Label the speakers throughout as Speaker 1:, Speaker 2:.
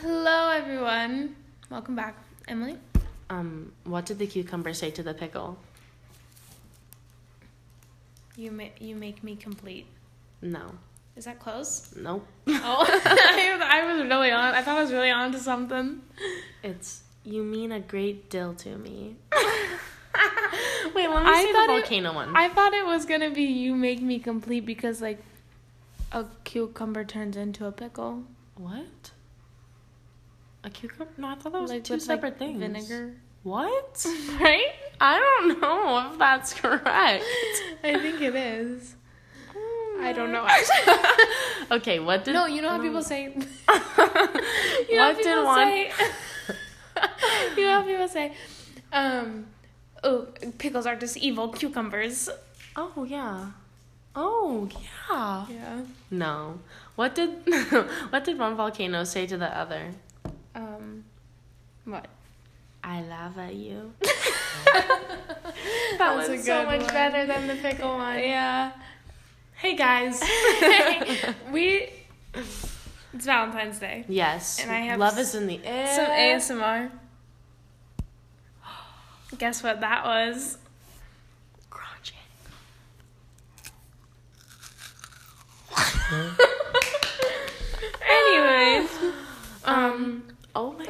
Speaker 1: Hello, everyone. Welcome back, Emily.
Speaker 2: Um, what did the cucumber say to the pickle?
Speaker 1: You ma- you make me complete.
Speaker 2: No.
Speaker 1: Is that close?
Speaker 2: Nope.
Speaker 1: Oh, I, was- I was really on. I thought I was really on to something.
Speaker 2: It's you mean a great deal to me. Wait, let me
Speaker 1: I
Speaker 2: see
Speaker 1: thought
Speaker 2: the
Speaker 1: it-
Speaker 2: volcano one.
Speaker 1: I thought it was gonna be you make me complete because like a cucumber turns into a pickle.
Speaker 2: what? A cucumber? No, I thought that was
Speaker 1: like
Speaker 2: two
Speaker 1: with, like,
Speaker 2: separate things.
Speaker 1: Vinegar,
Speaker 2: What?
Speaker 1: right?
Speaker 2: I don't know if that's correct.
Speaker 1: I think it is. I don't know.
Speaker 2: okay, what did Um,
Speaker 1: no, you know how people
Speaker 2: Mm, no.
Speaker 1: say. you know
Speaker 2: What did one-
Speaker 1: say? you know how people say, um, "Oh, pickles are just evil cucumbers."
Speaker 2: Oh yeah. Oh yeah.
Speaker 1: Yeah.
Speaker 2: No. What did what did one volcano say to the other?
Speaker 1: Um, what?
Speaker 2: I love at you.
Speaker 1: that
Speaker 2: was so much better
Speaker 1: than the pickle one. Yeah. Hey guys, we. It's Valentine's Day.
Speaker 2: Yes.
Speaker 1: And I have
Speaker 2: love
Speaker 1: s-
Speaker 2: is in the air.
Speaker 1: Some ASMR. Guess what that was?
Speaker 2: Crunch
Speaker 1: Anyways,
Speaker 2: it. Um. Oh my.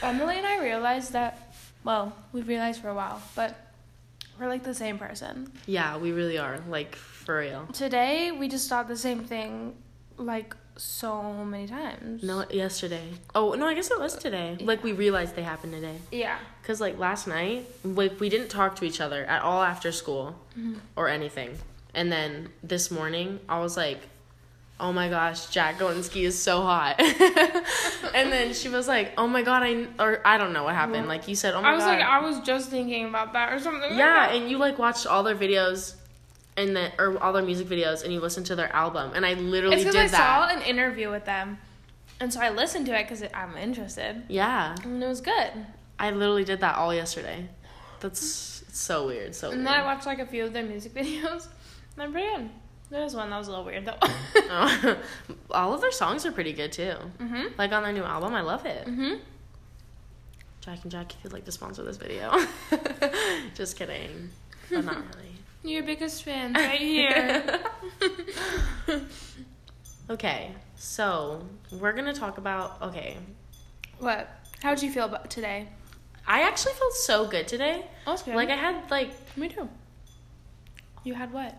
Speaker 1: Emily and I realized that, well, we realized for a while, but we're like the same person.
Speaker 2: Yeah, we really are. Like for real.
Speaker 1: Today, we just thought the same thing like so many times.
Speaker 2: No, yesterday. Oh no, I guess it was today. Like we realized they happened today.
Speaker 1: Yeah.
Speaker 2: Cause like last night, like we didn't talk to each other at all after school
Speaker 1: Mm-hmm.
Speaker 2: or anything. And then this morning, I was like, "Oh my gosh, Jack Galinsky is so hot." and then she was like, "Oh my god, I or I don't know what happened." Like you said, "Oh my
Speaker 1: I was
Speaker 2: god."
Speaker 1: like, I was just thinking about that or something. like
Speaker 2: yeah,
Speaker 1: that.
Speaker 2: and you like watched all their videos and then or all their music videos and you listened to their album. And I literally
Speaker 1: it's
Speaker 2: did
Speaker 1: because I
Speaker 2: that.
Speaker 1: saw an interview with them, and so I listened to it because I'm interested,
Speaker 2: Yeah.
Speaker 1: and it was good.
Speaker 2: I literally did that all yesterday. That's so weird. So
Speaker 1: And
Speaker 2: weird.
Speaker 1: then I watched like a few of their music videos. And they're pretty good. There was one that was a little weird though.
Speaker 2: Oh. all of their songs are pretty good too.
Speaker 1: hmm
Speaker 2: Like on their new album, I love it.
Speaker 1: hmm
Speaker 2: Jack and Jack, if you'd like to sponsor this video, just kidding, but not really.
Speaker 1: Mm-hmm. Your biggest fan right here.
Speaker 2: Okay, so we're gonna talk about. Okay,
Speaker 1: what? How'd you feel about today?
Speaker 2: I actually felt so good today.
Speaker 1: I was good.
Speaker 2: Like I had like
Speaker 1: me too. You had what?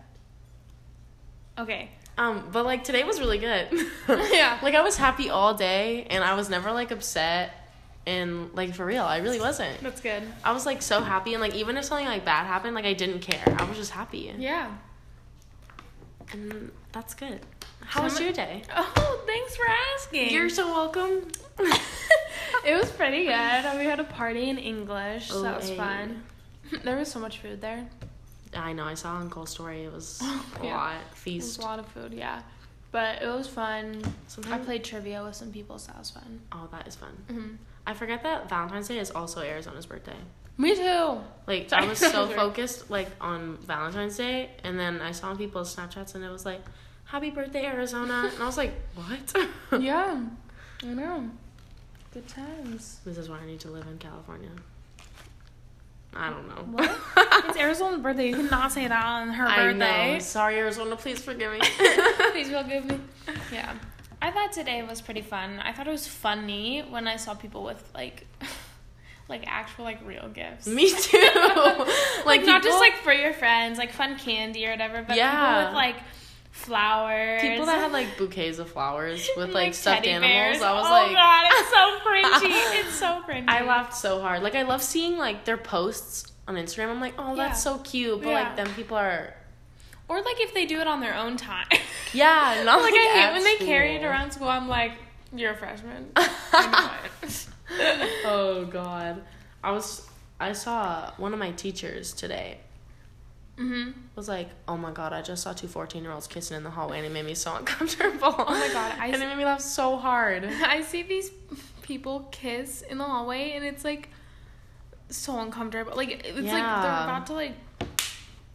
Speaker 1: Okay.
Speaker 2: um, but like today was really good.
Speaker 1: Yeah.
Speaker 2: Like I was happy all day, and I was never like upset, and like for real, I really wasn't.
Speaker 1: That's good.
Speaker 2: I was like so happy, and like even if something like bad happened, like I didn't care. I was just happy,
Speaker 1: Yeah.
Speaker 2: and that's good. How
Speaker 1: How
Speaker 2: was
Speaker 1: mu-
Speaker 2: your day?
Speaker 1: Oh, thanks for asking.
Speaker 2: You're so welcome.
Speaker 1: it was pretty good. We had a party in English, so that was
Speaker 2: OA.
Speaker 1: fun. There was so much food there.
Speaker 2: I know. I saw on Cole's story. It was a
Speaker 1: Oh, Yeah.
Speaker 2: lot
Speaker 1: It was
Speaker 2: feast.
Speaker 1: a lot of food, yeah. But it was fun. I
Speaker 2: Sometimes.
Speaker 1: played trivia with some people, so that was fun.
Speaker 2: oh, that is fun.
Speaker 1: hmm
Speaker 2: I forget that Valentine's Day is also Arizona's birthday.
Speaker 1: Me too.
Speaker 2: Like
Speaker 1: Sorry.
Speaker 2: I was so focused like on Valentine's Day, and then I saw people's Snapchats, and it was like, "Happy birthday, Arizona!" and I was like, "What?"
Speaker 1: yeah, I know. Good times.
Speaker 2: This is why I need to live in California. I don't know.
Speaker 1: What? it's Arizona's birthday. You cannot say that on her
Speaker 2: I
Speaker 1: birthday.
Speaker 2: know. Sorry, Arizona. Please forgive me.
Speaker 1: Please forgive me. Yeah. I thought today was pretty fun. I thought it was funny when I saw people with like like actual like real gifts.
Speaker 2: me too.
Speaker 1: like,
Speaker 2: like
Speaker 1: not just
Speaker 2: people-
Speaker 1: like for your friends, like fun candy or whatever, but people
Speaker 2: Yeah.
Speaker 1: with like flowers.
Speaker 2: people that had like bouquets of flowers with
Speaker 1: and,
Speaker 2: like, stuffed
Speaker 1: teddy
Speaker 2: animals.
Speaker 1: bears.
Speaker 2: I was
Speaker 1: oh
Speaker 2: like,
Speaker 1: god, it's so cringy. It's so cringy.
Speaker 2: I laughed so hard. Like I love seeing like their posts on Instagram. I'm like, oh, that's
Speaker 1: Yeah.
Speaker 2: so cute. But
Speaker 1: Yeah.
Speaker 2: like them people are,
Speaker 1: Or like if they do it on their own time.
Speaker 2: yeah, not
Speaker 1: like
Speaker 2: like,
Speaker 1: I hate
Speaker 2: at
Speaker 1: when they carry it
Speaker 2: school.
Speaker 1: around school. I'm like, you're a freshman. I know it.
Speaker 2: oh god, I was I saw one of my teachers today
Speaker 1: mm-hmm.
Speaker 2: was like, oh my god, I just saw two 14 year olds kissing in the hallway and it made me so uncomfortable.
Speaker 1: Oh my God, I
Speaker 2: and
Speaker 1: s-
Speaker 2: it made me laugh so hard.
Speaker 1: I see these people kiss in the hallway, and it's like so uncomfortable. Like it's like they're
Speaker 2: Yeah.
Speaker 1: about to like,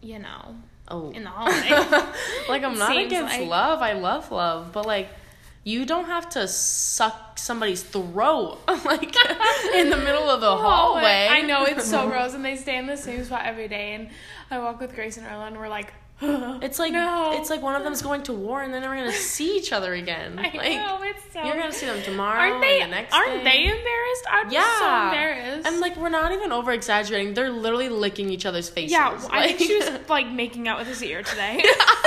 Speaker 1: you know,
Speaker 2: Oh,
Speaker 1: in the hallway.
Speaker 2: like I'm not
Speaker 1: Seems
Speaker 2: against
Speaker 1: like-
Speaker 2: love. I love love, but like you don't have to suck somebody's throat like in the middle of the hallway.
Speaker 1: Oh, I know it's so gross, and they stay in the same spot every day. And I walk with Grace and Erla, and we're like,
Speaker 2: It's like
Speaker 1: no,
Speaker 2: it's like one of them's going to war and they're never gonna see each other again.
Speaker 1: I
Speaker 2: like
Speaker 1: know it's so.
Speaker 2: you're gonna see them tomorrow.
Speaker 1: aren't they?
Speaker 2: And the next
Speaker 1: aren't they
Speaker 2: day.
Speaker 1: embarrassed? I'm so
Speaker 2: Yeah.
Speaker 1: embarrassed.
Speaker 2: And like we're not even over exaggerating. They're literally licking each other's faces.
Speaker 1: yeah, well, I
Speaker 2: Like-
Speaker 1: think she was like making out with his ear today.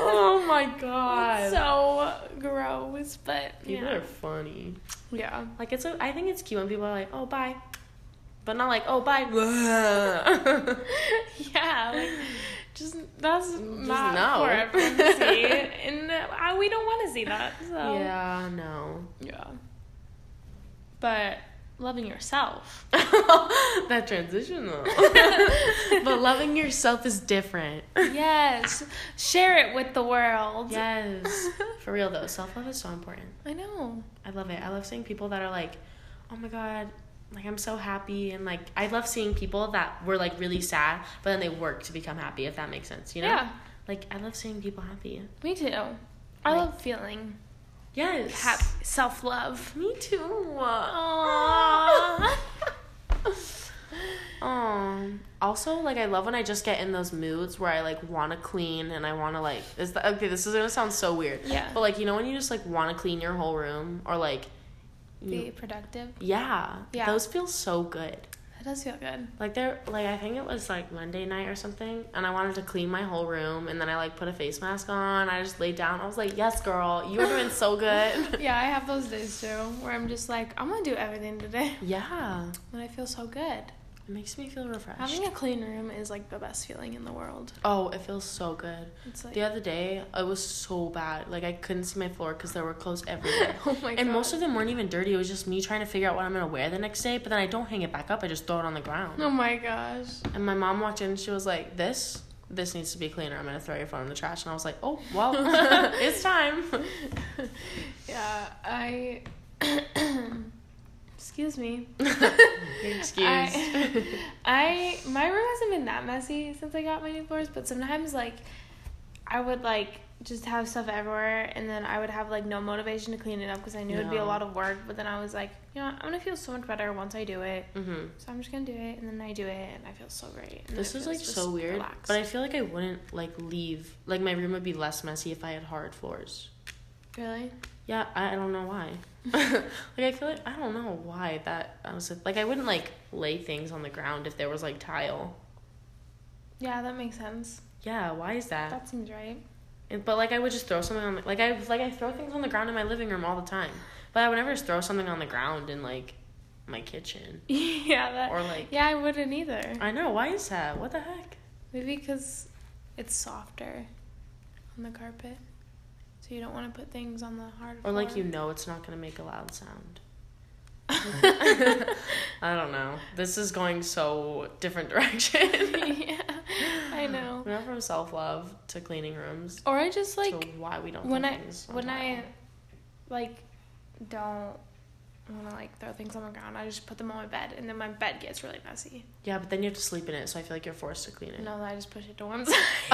Speaker 2: oh my god.
Speaker 1: It's so gross, but
Speaker 2: People
Speaker 1: yeah.
Speaker 2: are funny.
Speaker 1: yeah.
Speaker 2: Like it's a, I think it's cute when people are like, "Oh, bye." But not like, "Oh, bye." Just
Speaker 1: Yeah, like just that's not
Speaker 2: no.
Speaker 1: for everyone to see, and uh, I- we don't want to see that. So
Speaker 2: Yeah, no.
Speaker 1: yeah. But loving yourself,
Speaker 2: that transition though. but loving yourself is different.
Speaker 1: yes, share it with the world.
Speaker 2: Yes. For real though, self-love is so important.
Speaker 1: I know.
Speaker 2: I love it. I love seeing people that are like, oh my god, like I'm so happy, and like I love seeing people that were like really sad, but then they work to become happy. If that makes sense, you know?
Speaker 1: Yeah,
Speaker 2: Like I love seeing people happy.
Speaker 1: me too. I
Speaker 2: Like-
Speaker 1: love feeling
Speaker 2: Yes.
Speaker 1: happy, self love.
Speaker 2: Me too.
Speaker 1: Aww.
Speaker 2: Um. Also, like I love when I just get in those moods where I like want to clean and I want to like. Is the, okay? This is gonna sound so weird.
Speaker 1: Yeah.
Speaker 2: But like you know when you just like want to clean your whole room or like. you-
Speaker 1: Be productive.
Speaker 2: yeah.
Speaker 1: Yeah.
Speaker 2: Those feel so good.
Speaker 1: That does feel good.
Speaker 2: Like there, like I think it was like Monday night or something, and I wanted to clean my whole room, and then I like put a face mask on. I just laid down. I was like, "Yes, girl, you are doing so good."
Speaker 1: Yeah, I have those days too where I'm just like, I'm gonna do everything today.
Speaker 2: yeah,
Speaker 1: And I feel so good.
Speaker 2: it makes me feel refreshed.
Speaker 1: Having a clean room is like the best feeling in the world.
Speaker 2: oh, it feels so good.
Speaker 1: It's like
Speaker 2: The other day, it was so bad. Like I couldn't see my floor because there were clothes everywhere.
Speaker 1: oh my god.
Speaker 2: And most of them weren't even dirty. It was just me trying to figure out what I'm gonna wear the next day. But then I don't hang it back up. I just throw it on the ground.
Speaker 1: Oh my gosh.
Speaker 2: And my mom walked in. and She was like, "This, this needs to be cleaner. I'm gonna throw your phone in the trash." And I was like, "Oh, well, it's time."
Speaker 1: Yeah, I Excuse me.
Speaker 2: Excuse.
Speaker 1: I, I my room hasn't been that messy since I got my new floors, but sometimes like I would like just have stuff everywhere, and then I would have like no motivation to clean it up because I knew it'd be a
Speaker 2: No.
Speaker 1: lot of work. But then I was like, you know, what? I'm gonna feel so much better once I do it,
Speaker 2: hmm
Speaker 1: so I'm just gonna do it, and then I do it, and I feel so great. and
Speaker 2: This
Speaker 1: it
Speaker 2: is
Speaker 1: feels
Speaker 2: like so
Speaker 1: just
Speaker 2: weird,
Speaker 1: relaxed.
Speaker 2: but I feel like I wouldn't like leave. Like my room would be less messy if I had hard floors.
Speaker 1: really,
Speaker 2: Yeah, I, I don't know why. like I feel like I don't know why that I was like I wouldn't like lay things on the ground if there was like tile.
Speaker 1: yeah, that makes sense.
Speaker 2: Yeah, why is that?
Speaker 1: That seems right.
Speaker 2: And- But like I would just throw something on the, like I like I throw things on the ground in my living room all the time. But I would never just throw something on the ground in like my kitchen
Speaker 1: yeah, that.
Speaker 2: or like
Speaker 1: yeah, I wouldn't either.
Speaker 2: I know why is that? What the heck?
Speaker 1: Maybe because it's softer on the carpet, so you don't want to put things on the hard.
Speaker 2: Or like you
Speaker 1: floor.
Speaker 2: know it's not gonna make a loud sound. I don't know. This is going so different direction.
Speaker 1: yeah, I know.
Speaker 2: we went from self love to cleaning rooms
Speaker 1: Or I just like
Speaker 2: to why we don't
Speaker 1: when
Speaker 2: put
Speaker 1: I
Speaker 2: things on
Speaker 1: when I
Speaker 2: tile.
Speaker 1: like don't want to like throw things on the ground. I just put them on my bed, and then my bed gets really messy.
Speaker 2: yeah, but then you have to sleep in it, so I feel like you're forced to clean it.
Speaker 1: No, I just push it to one side.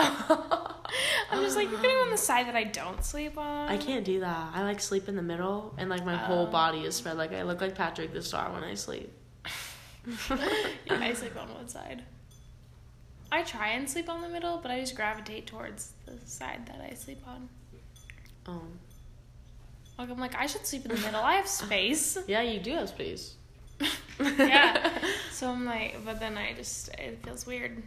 Speaker 1: I'm just like you're gonna go on the side that I don't sleep on.
Speaker 2: I can't do that. I like sleep in the middle, and like my whole
Speaker 1: Oh.
Speaker 2: body is spread. Like I look like Patrick the Star when I sleep.
Speaker 1: Yeah, I sleep on one side. I try and sleep on the middle, but I just gravitate towards the side that I sleep on.
Speaker 2: Oh,
Speaker 1: Like I'm like I should sleep in the middle. I have space.
Speaker 2: yeah, you do have space.
Speaker 1: yeah. So I'm like, but then I just it feels weird.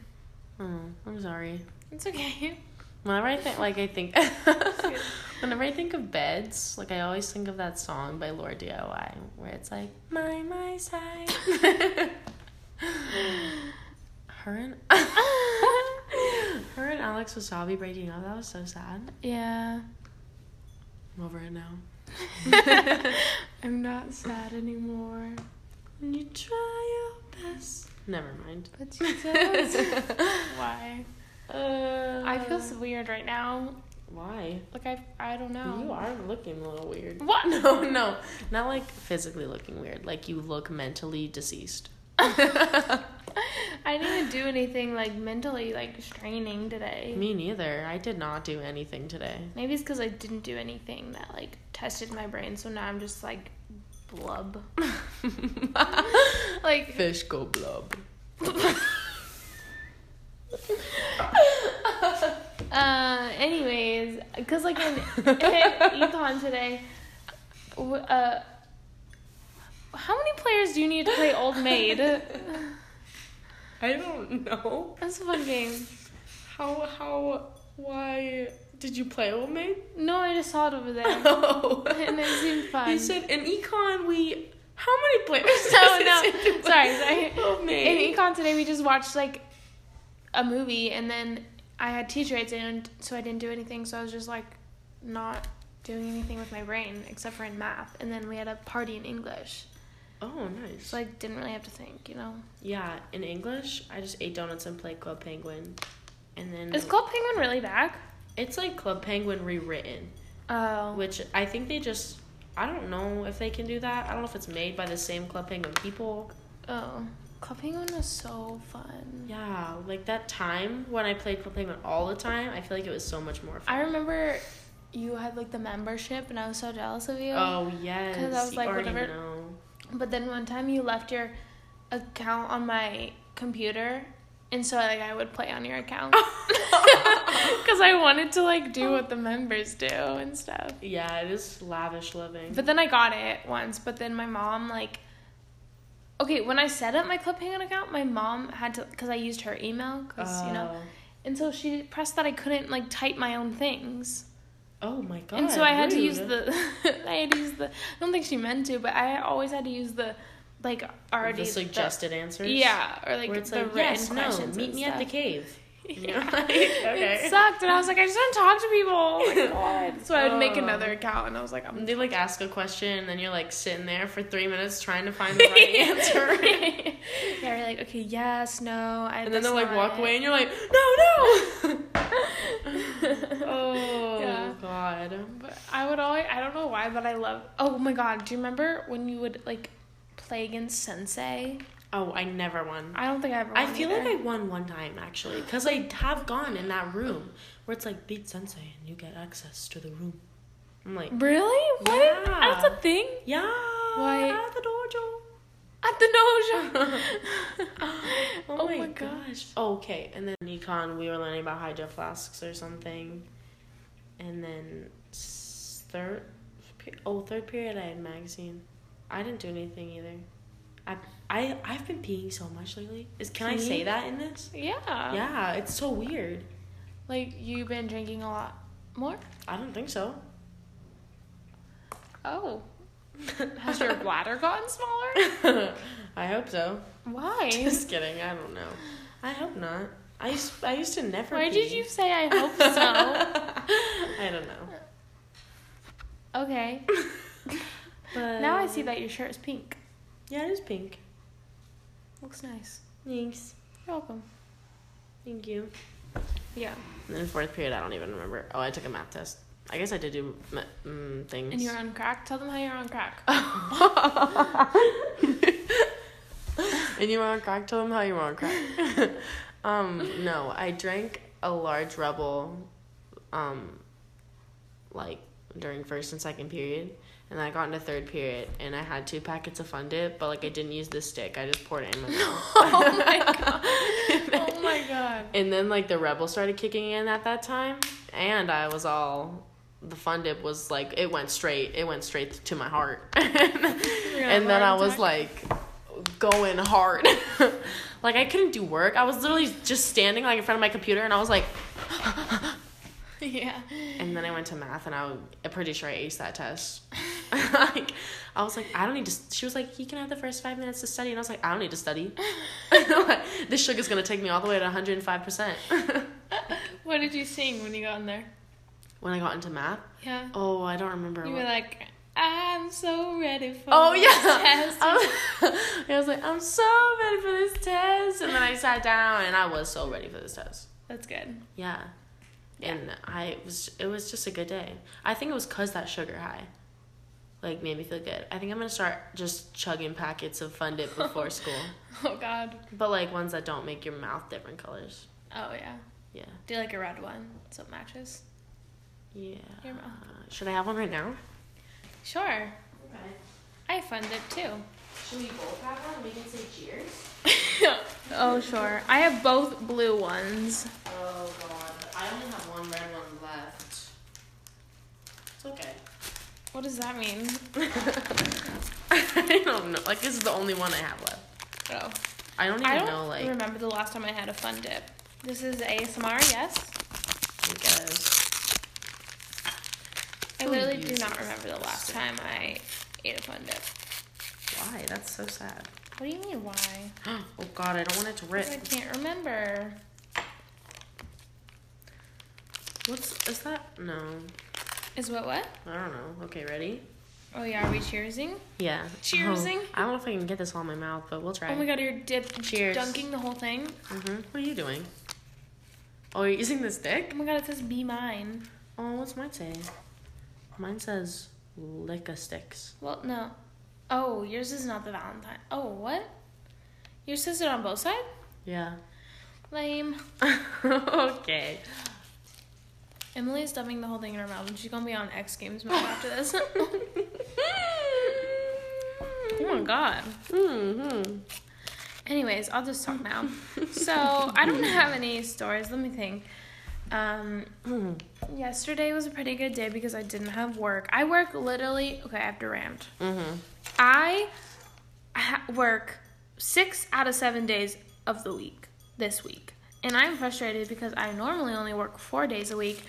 Speaker 2: Oh, I'm sorry.
Speaker 1: It's okay.
Speaker 2: Whenever I think, like I think,
Speaker 1: good.
Speaker 2: whenever I think of beds, like I always think of that song by Lord DIY, where it's like my my side. her and her and Alex Wasabi breaking up. That was so sad.
Speaker 1: Yeah.
Speaker 2: I'm over it now.
Speaker 1: I'm not sad anymore.
Speaker 2: When you try your best. Never mind.
Speaker 1: But you don't. Why?
Speaker 2: Uh,
Speaker 1: I feel so weird right now.
Speaker 2: Why?
Speaker 1: Like I I don't know.
Speaker 2: You are looking a little weird.
Speaker 1: What?
Speaker 2: No, no, not like physically looking weird. Like you look mentally deceased.
Speaker 1: I didn't even do anything like mentally like straining today.
Speaker 2: Me neither. I did not do anything today.
Speaker 1: Maybe it's because I didn't do anything that like tested my brain, so now I'm just like blub. like
Speaker 2: Fish go blub.
Speaker 1: Uh, anyways, because like in, in Econ today, w- uh, how many players do you need to play Old Maid?
Speaker 2: I don't know.
Speaker 1: That's a fun game.
Speaker 2: How how why did you play old maid?
Speaker 1: No, I just saw it over there.
Speaker 2: Oh.
Speaker 1: And it seemed fun.
Speaker 2: You said in econ we how many players?
Speaker 1: No,
Speaker 2: does it
Speaker 1: no.
Speaker 2: take to play
Speaker 1: Sorry, sorry.
Speaker 2: Old maid.
Speaker 1: In Econ today, we just watched like a movie, and then I had teacher aids, and so I didn't do anything. So I was just like not doing anything with my brain except for in math. And then we had a party in English,
Speaker 2: oh, nice.
Speaker 1: so I didn't really have to think, you know.
Speaker 2: yeah, in English, I just ate donuts and played Club Penguin, and then
Speaker 1: Is Club Penguin really back?
Speaker 2: it's like Club Penguin rewritten.
Speaker 1: Oh.
Speaker 2: which I think they just I don't know if they can do that. I don't know if it's made by the same Club Penguin people.
Speaker 1: Oh, Club Penguin was so fun.
Speaker 2: Yeah, like that time when I played Club Penguin all the time, I feel like it was so much more fun.
Speaker 1: I remember you had like the membership, and I was so jealous of you.
Speaker 2: Oh yes,
Speaker 1: 'Cause I was
Speaker 2: you
Speaker 1: like,
Speaker 2: already
Speaker 1: whatever-
Speaker 2: know.
Speaker 1: But then one time you left your account on my computer, and so like I would play on your account because I wanted to like do what the members do and stuff.
Speaker 2: Yeah, it is lavish living.
Speaker 1: But then I got it once, but then my mom like Okay, when I set up my Club Penguin account, my mom had to because I used her email because you know,
Speaker 2: Oh.
Speaker 1: and so she pressed that I couldn't like type my own things.
Speaker 2: Oh my god.
Speaker 1: and so I had to use
Speaker 2: rude.
Speaker 1: the I had to use the I don't think she meant to, but I always had to use the like already
Speaker 2: the suggested answers.
Speaker 1: yeah, or like
Speaker 2: Where it's
Speaker 1: the
Speaker 2: like,
Speaker 1: written
Speaker 2: yes, no,
Speaker 1: questions.
Speaker 2: meet
Speaker 1: and
Speaker 2: me at the
Speaker 1: stuff.
Speaker 2: cave.
Speaker 1: Yeah.
Speaker 2: Yeah. Like, okay.
Speaker 1: It sucked, and I was like, I just don't talk to people. Oh my God. So I would make
Speaker 2: Oh.
Speaker 1: another account, and I was like, I'm.
Speaker 2: They like ask a question and then you're like sitting there for three minutes trying to find the right answer.
Speaker 1: They're like, okay, yes, no, I.
Speaker 2: and then
Speaker 1: that's
Speaker 2: they'll like
Speaker 1: not
Speaker 2: walk
Speaker 1: it.
Speaker 2: away and you're like no no oh
Speaker 1: Yeah.
Speaker 2: god
Speaker 1: But I would always, I don't know why, but I love. Oh my God, do you remember when you would like play against Sensei?
Speaker 2: oh i never won
Speaker 1: I don't think I ever.
Speaker 2: i
Speaker 1: won
Speaker 2: feel like
Speaker 1: either.
Speaker 2: i won one time actually because i have gone in that room where it's like beat sensei and you get access to the room i'm
Speaker 1: Mm.
Speaker 2: like
Speaker 1: Really? What?
Speaker 2: Yeah.
Speaker 1: That's a thing
Speaker 2: yeah
Speaker 1: Why-
Speaker 2: at the dojo
Speaker 1: at the dojo.
Speaker 2: oh, my, gosh Oh, okay and then nikon we were learning about hydro flasks or something and then s- third pe- oh third period i had magazine i didn't do anything either i i i've been peeing so much lately is can i say
Speaker 1: Peeing? Oh.
Speaker 2: that in this
Speaker 1: Yeah.
Speaker 2: yeah it's so weird
Speaker 1: Like you've been drinking a lot more.
Speaker 2: i don't think so
Speaker 1: Oh. Has your bladder gotten smaller?
Speaker 2: i hope so
Speaker 1: Why?
Speaker 2: just kidding i don't know i hope not i used, I used to never
Speaker 1: Why
Speaker 2: pee.
Speaker 1: did you say I hope so?
Speaker 2: i don't know
Speaker 1: Okay.
Speaker 2: but
Speaker 1: Now I see that your shirt is pink.
Speaker 2: yeah it is pink
Speaker 1: Looks nice.
Speaker 2: thanks
Speaker 1: You're welcome.
Speaker 2: Thank you.
Speaker 1: Yeah.
Speaker 2: And then fourth period, I don't even remember. Oh, I took a math test. I guess I did do ma- mm, things.
Speaker 1: And you're on crack. Tell them how you're on crack.
Speaker 2: and you were on crack. Tell them how you were on crack. um, no, I drank a large Rebel, um, like during first and second period, and I got into third period, and I had two packets of Fun Dip, but like I didn't use the stick. I just poured it in my mouth.
Speaker 1: oh my god. Oh my god.
Speaker 2: And then like the rebel started kicking in at that time, and I was all the fun dip was like it went straight, it went straight to my heart, and then I was like going hard, like I couldn't do work. I was literally just standing like in front of my computer, and I was like,
Speaker 1: yeah.
Speaker 2: and then I went to math, and I was, I'm pretty sure I aced that test. like I was like, I don't need to. s- She was like, you can have the first five minutes to study, and I was like, I don't need to study. this sugar's gonna take me all the way to 105 percent.
Speaker 1: What did you sing when you got in there?
Speaker 2: When I got into math.
Speaker 1: Yeah.
Speaker 2: Oh, I don't remember.
Speaker 1: You
Speaker 2: what-
Speaker 1: were like, I'm so ready for
Speaker 2: oh
Speaker 1: this
Speaker 2: yeah,
Speaker 1: test."
Speaker 2: I was, I was like, I'm so ready for this test, and then I sat down, and I was so ready for this test.
Speaker 1: That's good.
Speaker 2: Yeah, and I was. It was just a good day. I think it was cause that sugar high. like made me feel good. I think I'm gonna start just chugging packets of Fun Dip before school,
Speaker 1: Oh God.
Speaker 2: but like ones that don't make your mouth different colors.
Speaker 1: Oh yeah.
Speaker 2: Yeah,
Speaker 1: Do like a red one so it matches.
Speaker 2: yeah.
Speaker 1: Your mouth.
Speaker 2: Should I have one right now?
Speaker 1: Sure.
Speaker 2: Okay.
Speaker 1: I have fun dip too.
Speaker 2: Should we both have one? We can say cheers.
Speaker 1: oh sure. I have both blue ones.
Speaker 2: Oh god, I only have one red one left. It's okay.
Speaker 1: What does that mean?
Speaker 2: I don't know. Like this is the only one I have left.
Speaker 1: Oh.
Speaker 2: I don't even
Speaker 1: I don't
Speaker 2: know. Like
Speaker 1: remember the last time I had a fun dip. This is ASMR, yes.
Speaker 2: I guess.
Speaker 1: I
Speaker 2: Who
Speaker 1: literally do
Speaker 2: uses
Speaker 1: not remember the last
Speaker 2: this?
Speaker 1: time I ate a fun dip.
Speaker 2: Why? That's so sad.
Speaker 1: What do you mean why?
Speaker 2: Oh god, I don't want it to
Speaker 1: 'Cause
Speaker 2: rip.
Speaker 1: I can't remember.
Speaker 2: What's is that? No,
Speaker 1: Is what what?
Speaker 2: I don't know. Okay, ready?
Speaker 1: Oh yeah, are we cheersing?
Speaker 2: Yeah.
Speaker 1: Cheersing?
Speaker 2: Oh, I don't know if I can get this all in my mouth, but we'll try.
Speaker 1: Oh my god, you're dip
Speaker 2: Cheers.
Speaker 1: dunking the whole thing.
Speaker 2: hmm What are you doing? Oh, you're using the stick?
Speaker 1: Oh my god, it says be mine.
Speaker 2: Oh, what's mine say? Mine says licka sticks.
Speaker 1: Well, no. Oh, yours is not the Valentine. Oh, what? Yours says it on both sides?
Speaker 2: Yeah.
Speaker 1: Lame.
Speaker 2: okay.
Speaker 1: Emily's dumping the whole thing in her mouth and she's gonna be on X Games mode after this. oh my god.
Speaker 2: Mm-hmm.
Speaker 1: Anyways, I'll just talk now. so I don't have any stories. Let me think. Um, yesterday was a pretty good day because I didn't have work. I work literally. Okay, I have to rant.
Speaker 2: Mm-hmm.
Speaker 1: I ha- work six out of seven days of the week this week. And I'm frustrated because I normally only work four days a week.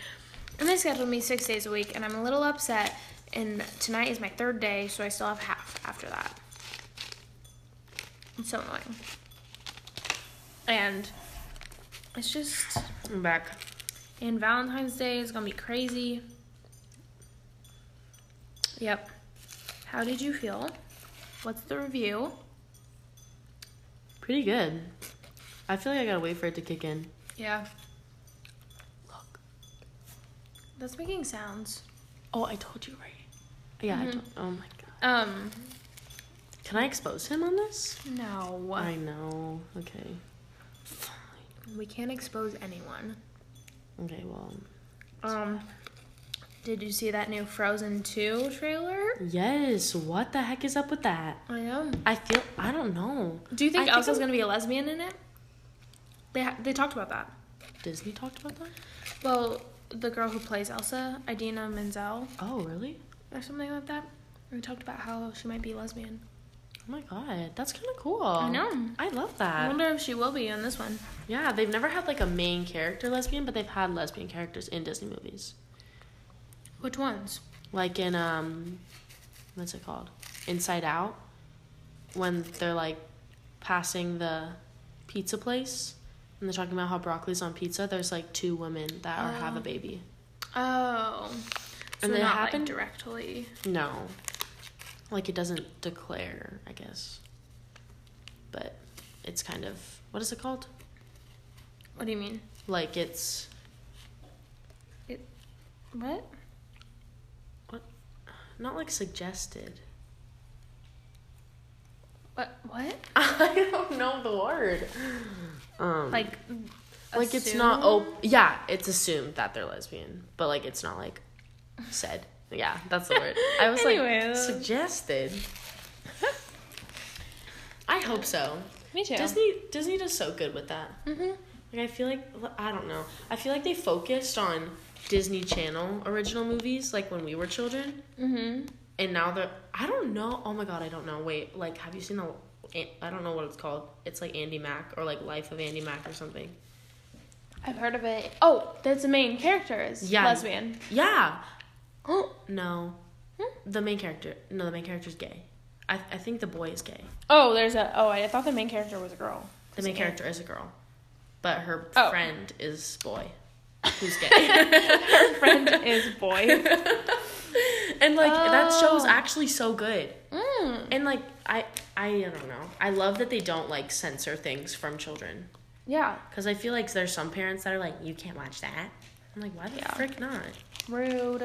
Speaker 1: And they scheduled me six days a week, and I'm a little upset. And tonight is my third day, so I still have half after that. It's so annoying. And it's just.
Speaker 2: I'm back.
Speaker 1: And Valentine's Day is gonna be crazy. Yep. How did you feel? What's the review?
Speaker 2: Pretty good. I feel like I gotta wait for it to kick in.
Speaker 1: Yeah.
Speaker 2: Look.
Speaker 1: That's making sounds.
Speaker 2: Oh, I told you right. Yeah. I
Speaker 1: Mhm.
Speaker 2: told, oh my god.
Speaker 1: Um,
Speaker 2: Can I expose him on this?
Speaker 1: no.
Speaker 2: I know. Okay. Fine.
Speaker 1: We can't expose anyone.
Speaker 2: Okay. Well.
Speaker 1: Um, did you see that new Frozen 2 trailer?
Speaker 2: Yes. What the heck is up with that?
Speaker 1: I know.
Speaker 2: I feel. I don't know.
Speaker 1: Do you think
Speaker 2: I think
Speaker 1: Elsa's
Speaker 2: I'm-
Speaker 1: gonna be a lesbian in it? They ha- they talked about that.
Speaker 2: Disney talked about that.
Speaker 1: Well, the girl who plays Elsa, Idina Menzel,
Speaker 2: Oh, really?
Speaker 1: or something like that. We talked about how she might be lesbian.
Speaker 2: Oh my god. That's kind of cool.
Speaker 1: I know.
Speaker 2: I love
Speaker 1: I
Speaker 2: that.
Speaker 1: wonder if she will be on this one.
Speaker 2: Yeah, they've never had like a main character lesbian, but they've had lesbian characters in Disney movies.
Speaker 1: Which ones?
Speaker 2: Like in um what's it called? Inside Out when they're like passing the pizza place and they're talking about how broccoli's on pizza, there's like two women that are, have a
Speaker 1: Oh.
Speaker 2: baby.
Speaker 1: Oh. So
Speaker 2: And they
Speaker 1: not
Speaker 2: happen-
Speaker 1: like directly.
Speaker 2: No. Like it doesn't declare, I guess. But it's kind of what is it called?
Speaker 1: What do you mean?
Speaker 2: Like it's
Speaker 1: What?
Speaker 2: not like suggested.
Speaker 1: What? What?
Speaker 2: I don't know the word. Um, like,
Speaker 1: Like.
Speaker 2: like it's not.
Speaker 1: assume?
Speaker 2: Op- yeah, it's assumed that they're lesbian, but like it's not like said. Yeah, that's the word. I was
Speaker 1: Anyway.
Speaker 2: like suggested. I hope so.
Speaker 1: Me too.
Speaker 2: Disney Disney does so good with that.
Speaker 1: hmm
Speaker 2: Like I feel like I don't know. I feel like they focused on Disney Channel original movies like when we were children,
Speaker 1: hmm
Speaker 2: and now they're. I don't know. Oh my god, I don't know. Wait, like have you seen the? I don't know what it's called. It's like Andy Mack or like Life of Andy Mack or something.
Speaker 1: I've heard of it. Oh, that's the main character is
Speaker 2: Yeah.
Speaker 1: lesbian.
Speaker 2: Yeah.
Speaker 1: Oh.
Speaker 2: No.
Speaker 1: Hmm?
Speaker 2: The main character. No, the main character's gay. I I think the boy is gay.
Speaker 1: Oh, there's a. Oh, I thought the main character was a girl.
Speaker 2: The main character is a girl, but her
Speaker 1: Oh.
Speaker 2: friend is boy, who's gay.
Speaker 1: Her friend is boy.
Speaker 2: and like that show's
Speaker 1: Oh.
Speaker 2: actually so good.
Speaker 1: Mm.
Speaker 2: And like I I don't know. I love that they don't like censor things from children
Speaker 1: Yeah.
Speaker 2: because I feel like there's some parents that are like you can't watch that. I'm like why the
Speaker 1: Yeah.
Speaker 2: frick not?
Speaker 1: Rude. It's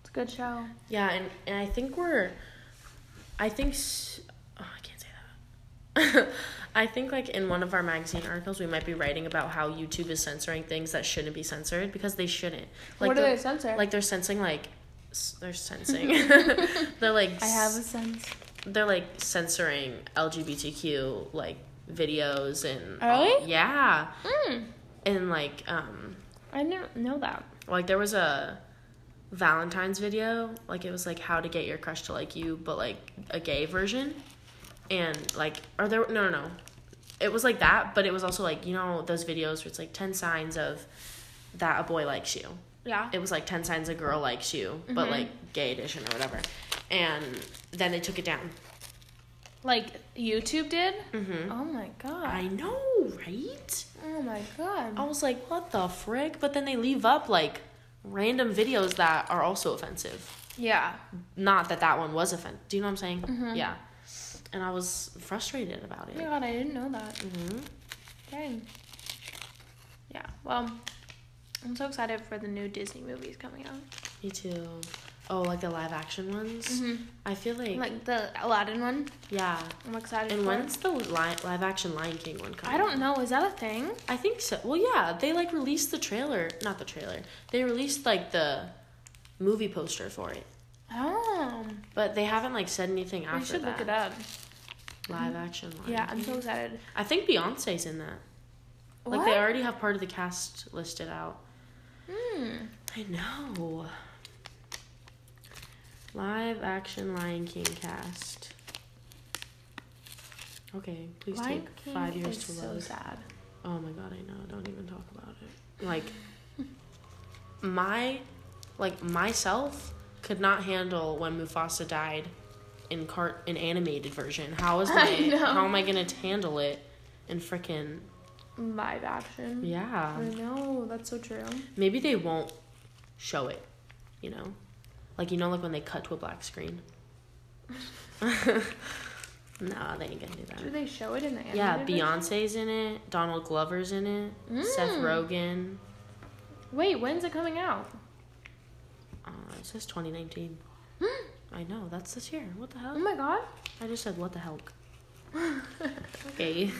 Speaker 1: It's a good show.
Speaker 2: Yeah, and, and I think we're, I think, s- oh, I can't say that. I think like in one of our magazine articles, we might be writing about how YouTube is censoring things that shouldn't be censored because they shouldn't. Like
Speaker 1: what do
Speaker 2: they're-
Speaker 1: they censor?
Speaker 2: Like they're sensing like, s- they're sensing. they're like.
Speaker 1: I have a
Speaker 2: s-
Speaker 1: sense.
Speaker 2: They're like censoring LGBTQ like videos and.
Speaker 1: Really?
Speaker 2: yeah, Hmm.
Speaker 1: Mm,
Speaker 2: and like um,
Speaker 1: I didn't know that.
Speaker 2: like there was a Valentine's video, like it was like how to get your crush to like you, but like a gay version, and like or there no no no, it was like that, but it was also like you know those videos where it's like ten signs of that a boy likes you.
Speaker 1: Yeah.
Speaker 2: It was like ten signs a girl likes you, but
Speaker 1: Mhm.
Speaker 2: like gay edition or whatever, and then they took it down.
Speaker 1: Like YouTube did?
Speaker 2: hmm
Speaker 1: Oh my god.
Speaker 2: I know, right?
Speaker 1: oh my god.
Speaker 2: I was like, what the frick? But then they leave up like random videos that are also offensive.
Speaker 1: Yeah.
Speaker 2: not that that one was offensive. Do you know what I'm saying?
Speaker 1: Mhm.
Speaker 2: Yeah. And I was frustrated about
Speaker 1: Oh
Speaker 2: it.
Speaker 1: my god, I didn't know that.
Speaker 2: hmm
Speaker 1: Dang. Yeah. Well, I'm so excited for the new Disney movies coming out.
Speaker 2: Me too. Oh, like the live action ones. I feel like,
Speaker 1: Mm-hmm. Like the Aladdin one.
Speaker 2: yeah.
Speaker 1: I'm excited.
Speaker 2: And
Speaker 1: for.
Speaker 2: when's the li- live action Lion King one coming?
Speaker 1: I don't know. Is that a thing?
Speaker 2: I think so. Well, yeah, they like released the trailer, not the trailer. They released like the movie poster for it,
Speaker 1: Oh.
Speaker 2: but they haven't like said anything after
Speaker 1: we should
Speaker 2: that.
Speaker 1: look it up.
Speaker 2: Live action. Lion
Speaker 1: Yeah, I'm
Speaker 2: King.
Speaker 1: so excited.
Speaker 2: I think Beyonce's in that. Like they already have part of the cast listed out.
Speaker 1: Hmm.
Speaker 2: I know. Live action Lion King cast. Okay, please
Speaker 1: Lion
Speaker 2: take
Speaker 1: King
Speaker 2: five years
Speaker 1: is
Speaker 2: to
Speaker 1: so
Speaker 2: load.
Speaker 1: sad.
Speaker 2: Oh my god, I know. Don't even talk about it. Like, my, like myself, could not handle when Mufasa died, in cart in animated version. How is my
Speaker 1: I know.
Speaker 2: how am I gonna handle it? In frickin'
Speaker 1: Live action.
Speaker 2: yeah.
Speaker 1: I know. That's so true.
Speaker 2: Maybe they won't show it, you know? Like, you know, like when they cut to a black screen? no, they ain't gonna do that.
Speaker 1: Do they show it in the animated?
Speaker 2: yeah,
Speaker 1: version?
Speaker 2: Beyonce's in it, Donald Glover's in it, Seth
Speaker 1: Mm.
Speaker 2: Rogen.
Speaker 1: Wait, when's it coming out?
Speaker 2: Uh, it says 2019. I know, that's this year. What the
Speaker 1: Oh
Speaker 2: hell?
Speaker 1: my god.
Speaker 2: I just said, what the hell? okay.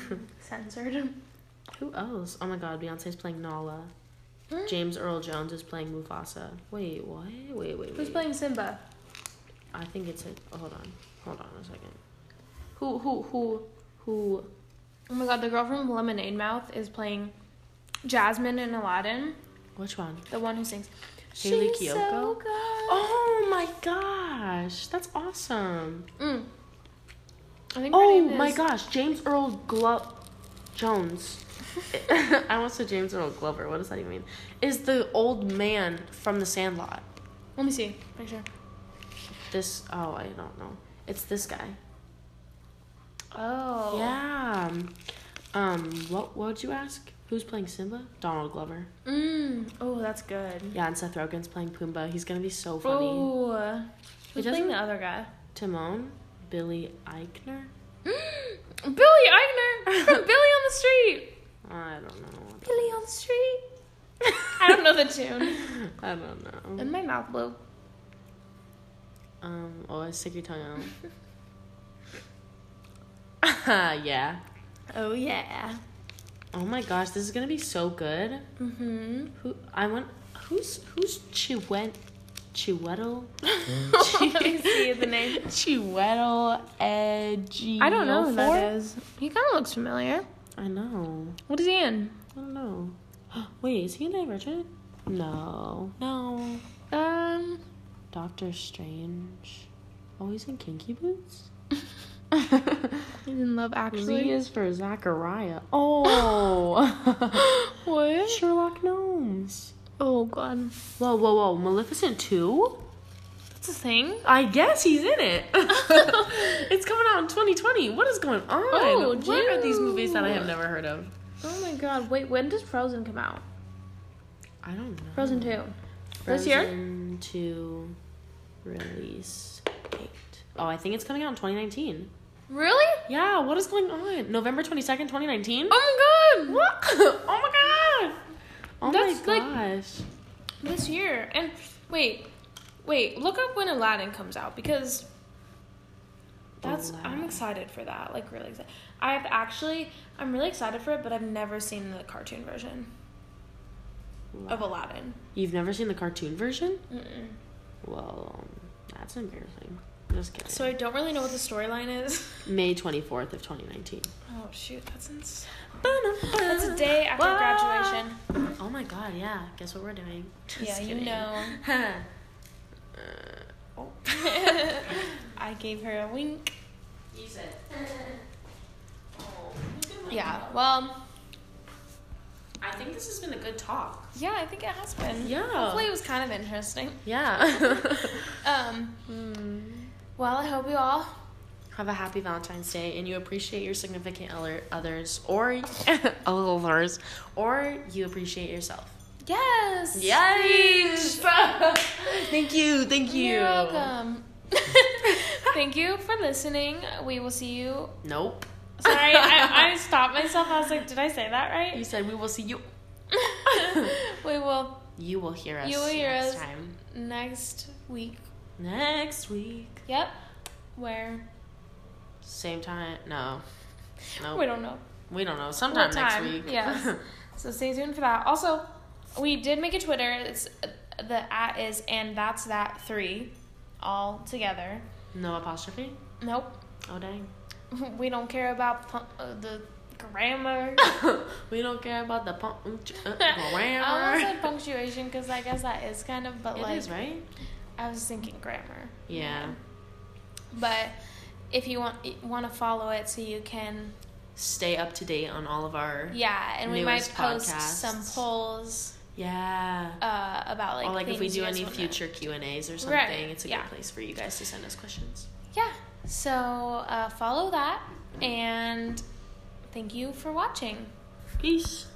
Speaker 1: Censored.
Speaker 2: Who else? Oh my god, Beyonce's playing Nala.
Speaker 1: Mm.
Speaker 2: James Earl Jones is playing Mufasa. Wait, what? Wait, wait, wait.
Speaker 1: Who's playing Simba?
Speaker 2: I think it's a. Oh, hold on, hold on a second. Who who who who?
Speaker 1: Oh my god, the girl from Lemonade Mouth is playing Jasmine in Aladdin,
Speaker 2: Which one?
Speaker 1: the one who sings.
Speaker 2: Hailey
Speaker 1: "She's so
Speaker 2: Kiyoko?
Speaker 1: good."
Speaker 2: Oh my gosh, that's awesome!
Speaker 1: Mm. I think her
Speaker 2: Oh
Speaker 1: name
Speaker 2: my
Speaker 1: is-
Speaker 2: gosh, James Earl Glo- Jones. I almost said James Earl Glover. What does that even mean? Is the old man from The Sandlot?
Speaker 1: Let me see. Picture.
Speaker 2: This? Oh, I don't know. It's this guy.
Speaker 1: Oh.
Speaker 2: Yeah. Um. What? What would you ask? Who's playing Simba? Donald Glover.
Speaker 1: Mm. Oh, that's good.
Speaker 2: Yeah, and Seth Rogen's playing Pumbaa. He's gonna be so funny.
Speaker 1: Oh. Who's
Speaker 2: doesn't-
Speaker 1: playing the other guy?
Speaker 2: Timon, Billy Eichner.
Speaker 1: Billy Eichner from Billy on the Street.
Speaker 2: I don't know.
Speaker 1: Billy on the Street. I don't know the tune.
Speaker 2: I don't know.
Speaker 1: And my mouth blew.
Speaker 2: Um. Oh, stick your tongue out. yeah.
Speaker 1: Oh yeah.
Speaker 2: Oh my gosh, this is gonna be so good.
Speaker 1: Mm-hmm.
Speaker 2: Who? I want. Who's Who's Chiwet? Chiwetel.
Speaker 1: Let me see the name.
Speaker 2: Chiwetel Edgy.
Speaker 1: I don't know who that is. He kind of looks familiar.
Speaker 2: I know.
Speaker 1: What is he in?
Speaker 2: I don't know. Wait, is he divergent? No. No.
Speaker 1: Um,
Speaker 2: Doctor Strange. Oh, he's in kinky boots.
Speaker 1: he's in Love
Speaker 2: Z
Speaker 1: Actually.
Speaker 2: is for Zachariah. Oh,
Speaker 1: what?
Speaker 2: Sherlock Gnomes.
Speaker 1: Oh god,
Speaker 2: Whoa, whoa, whoa! Maleficent two?
Speaker 1: that's a thing.
Speaker 2: I guess he's in it. it's coming out in 2020. What is going on?
Speaker 1: Oh,
Speaker 2: what are these
Speaker 1: dude.
Speaker 2: movies that I have never heard of?
Speaker 1: Oh my god, wait, when does Frozen come out?
Speaker 2: I don't know.
Speaker 1: Frozen two. This year?
Speaker 2: Frozen two release date. Oh, I think it's coming out in 2019.
Speaker 1: Really?
Speaker 2: Yeah, what is going on? November 22nd, 2019?
Speaker 1: Oh my god,
Speaker 2: What? oh my god! Oh
Speaker 1: That's
Speaker 2: my
Speaker 1: like-
Speaker 2: gosh.
Speaker 1: This year and wait, Wait, look up when Aladdin comes out because that's
Speaker 2: Oh,
Speaker 1: I'm excited for that. Like really excited. I've actually I'm really excited for it, but I've never seen the cartoon version of Aladdin.
Speaker 2: You've never seen the cartoon version?
Speaker 1: Mm-mm.
Speaker 2: Well, um, that's embarrassing. Just kidding.
Speaker 1: So I don't really know what the storyline is.
Speaker 2: May 24th of 2019.
Speaker 1: Oh shoot, that's insane. That's a day after
Speaker 2: Wow.
Speaker 1: graduation.
Speaker 2: Oh my god, yeah. Guess what we're doing?
Speaker 1: yeah,
Speaker 2: Just
Speaker 1: you
Speaker 2: kidding.
Speaker 1: know.
Speaker 2: Huh. oh.
Speaker 1: I gave her a wink.
Speaker 2: You said. Oh,
Speaker 1: Yeah. Well,
Speaker 2: I think this has been a good talk.
Speaker 1: yeah, I think it has been.
Speaker 2: Yeah.
Speaker 1: Hopefully, it was kind of interesting.
Speaker 2: Yeah.
Speaker 1: Um. Well, I hope you all.
Speaker 2: Have a happy Valentine's Day, and you appreciate your significant other, others, or others, or you appreciate yourself.
Speaker 1: Yes.
Speaker 2: Yes. thank you. Thank you.
Speaker 1: You're welcome. Thank you for listening. We will see you.
Speaker 2: Nope.
Speaker 1: Sorry, I, I stopped myself. I was like, did I say that
Speaker 2: You
Speaker 1: right?
Speaker 2: said we will see you.
Speaker 1: we will
Speaker 2: You will hear us.
Speaker 1: You will hear
Speaker 2: next
Speaker 1: us.
Speaker 2: time.
Speaker 1: next week.
Speaker 2: next week.
Speaker 1: Yep. Where?
Speaker 2: Same time. No. No.
Speaker 1: We don't know.
Speaker 2: We don't know. Sometime
Speaker 1: What
Speaker 2: next
Speaker 1: time?
Speaker 2: week.
Speaker 1: Yes. So stay tuned for that. Also, we did make a Twitter. It's the at is and that's that three, all together.
Speaker 2: no apostrophe.
Speaker 1: Nope,
Speaker 2: Oh dang.
Speaker 1: we don't care about pu- uh, the grammar.
Speaker 2: we don't care about the punk uh,
Speaker 1: I almost
Speaker 2: grammar.
Speaker 1: said punctuation because I guess that is kind of, but
Speaker 2: It
Speaker 1: like
Speaker 2: is, right.
Speaker 1: I was thinking grammar.
Speaker 2: Yeah.
Speaker 1: But if you want want to follow it, so you can
Speaker 2: Stay up to date on all of our.
Speaker 1: yeah, and we might
Speaker 2: Newest
Speaker 1: post
Speaker 2: podcasts.
Speaker 1: some polls
Speaker 2: Yeah.
Speaker 1: uh, about like
Speaker 2: or like if we
Speaker 1: things
Speaker 2: do
Speaker 1: you guys
Speaker 2: any
Speaker 1: wanna-
Speaker 2: future Q and A's or something,
Speaker 1: Right,
Speaker 2: it's a
Speaker 1: yeah.
Speaker 2: good place for you guys to send us questions.
Speaker 1: yeah so uh, follow that and thank you for watching
Speaker 2: Peace.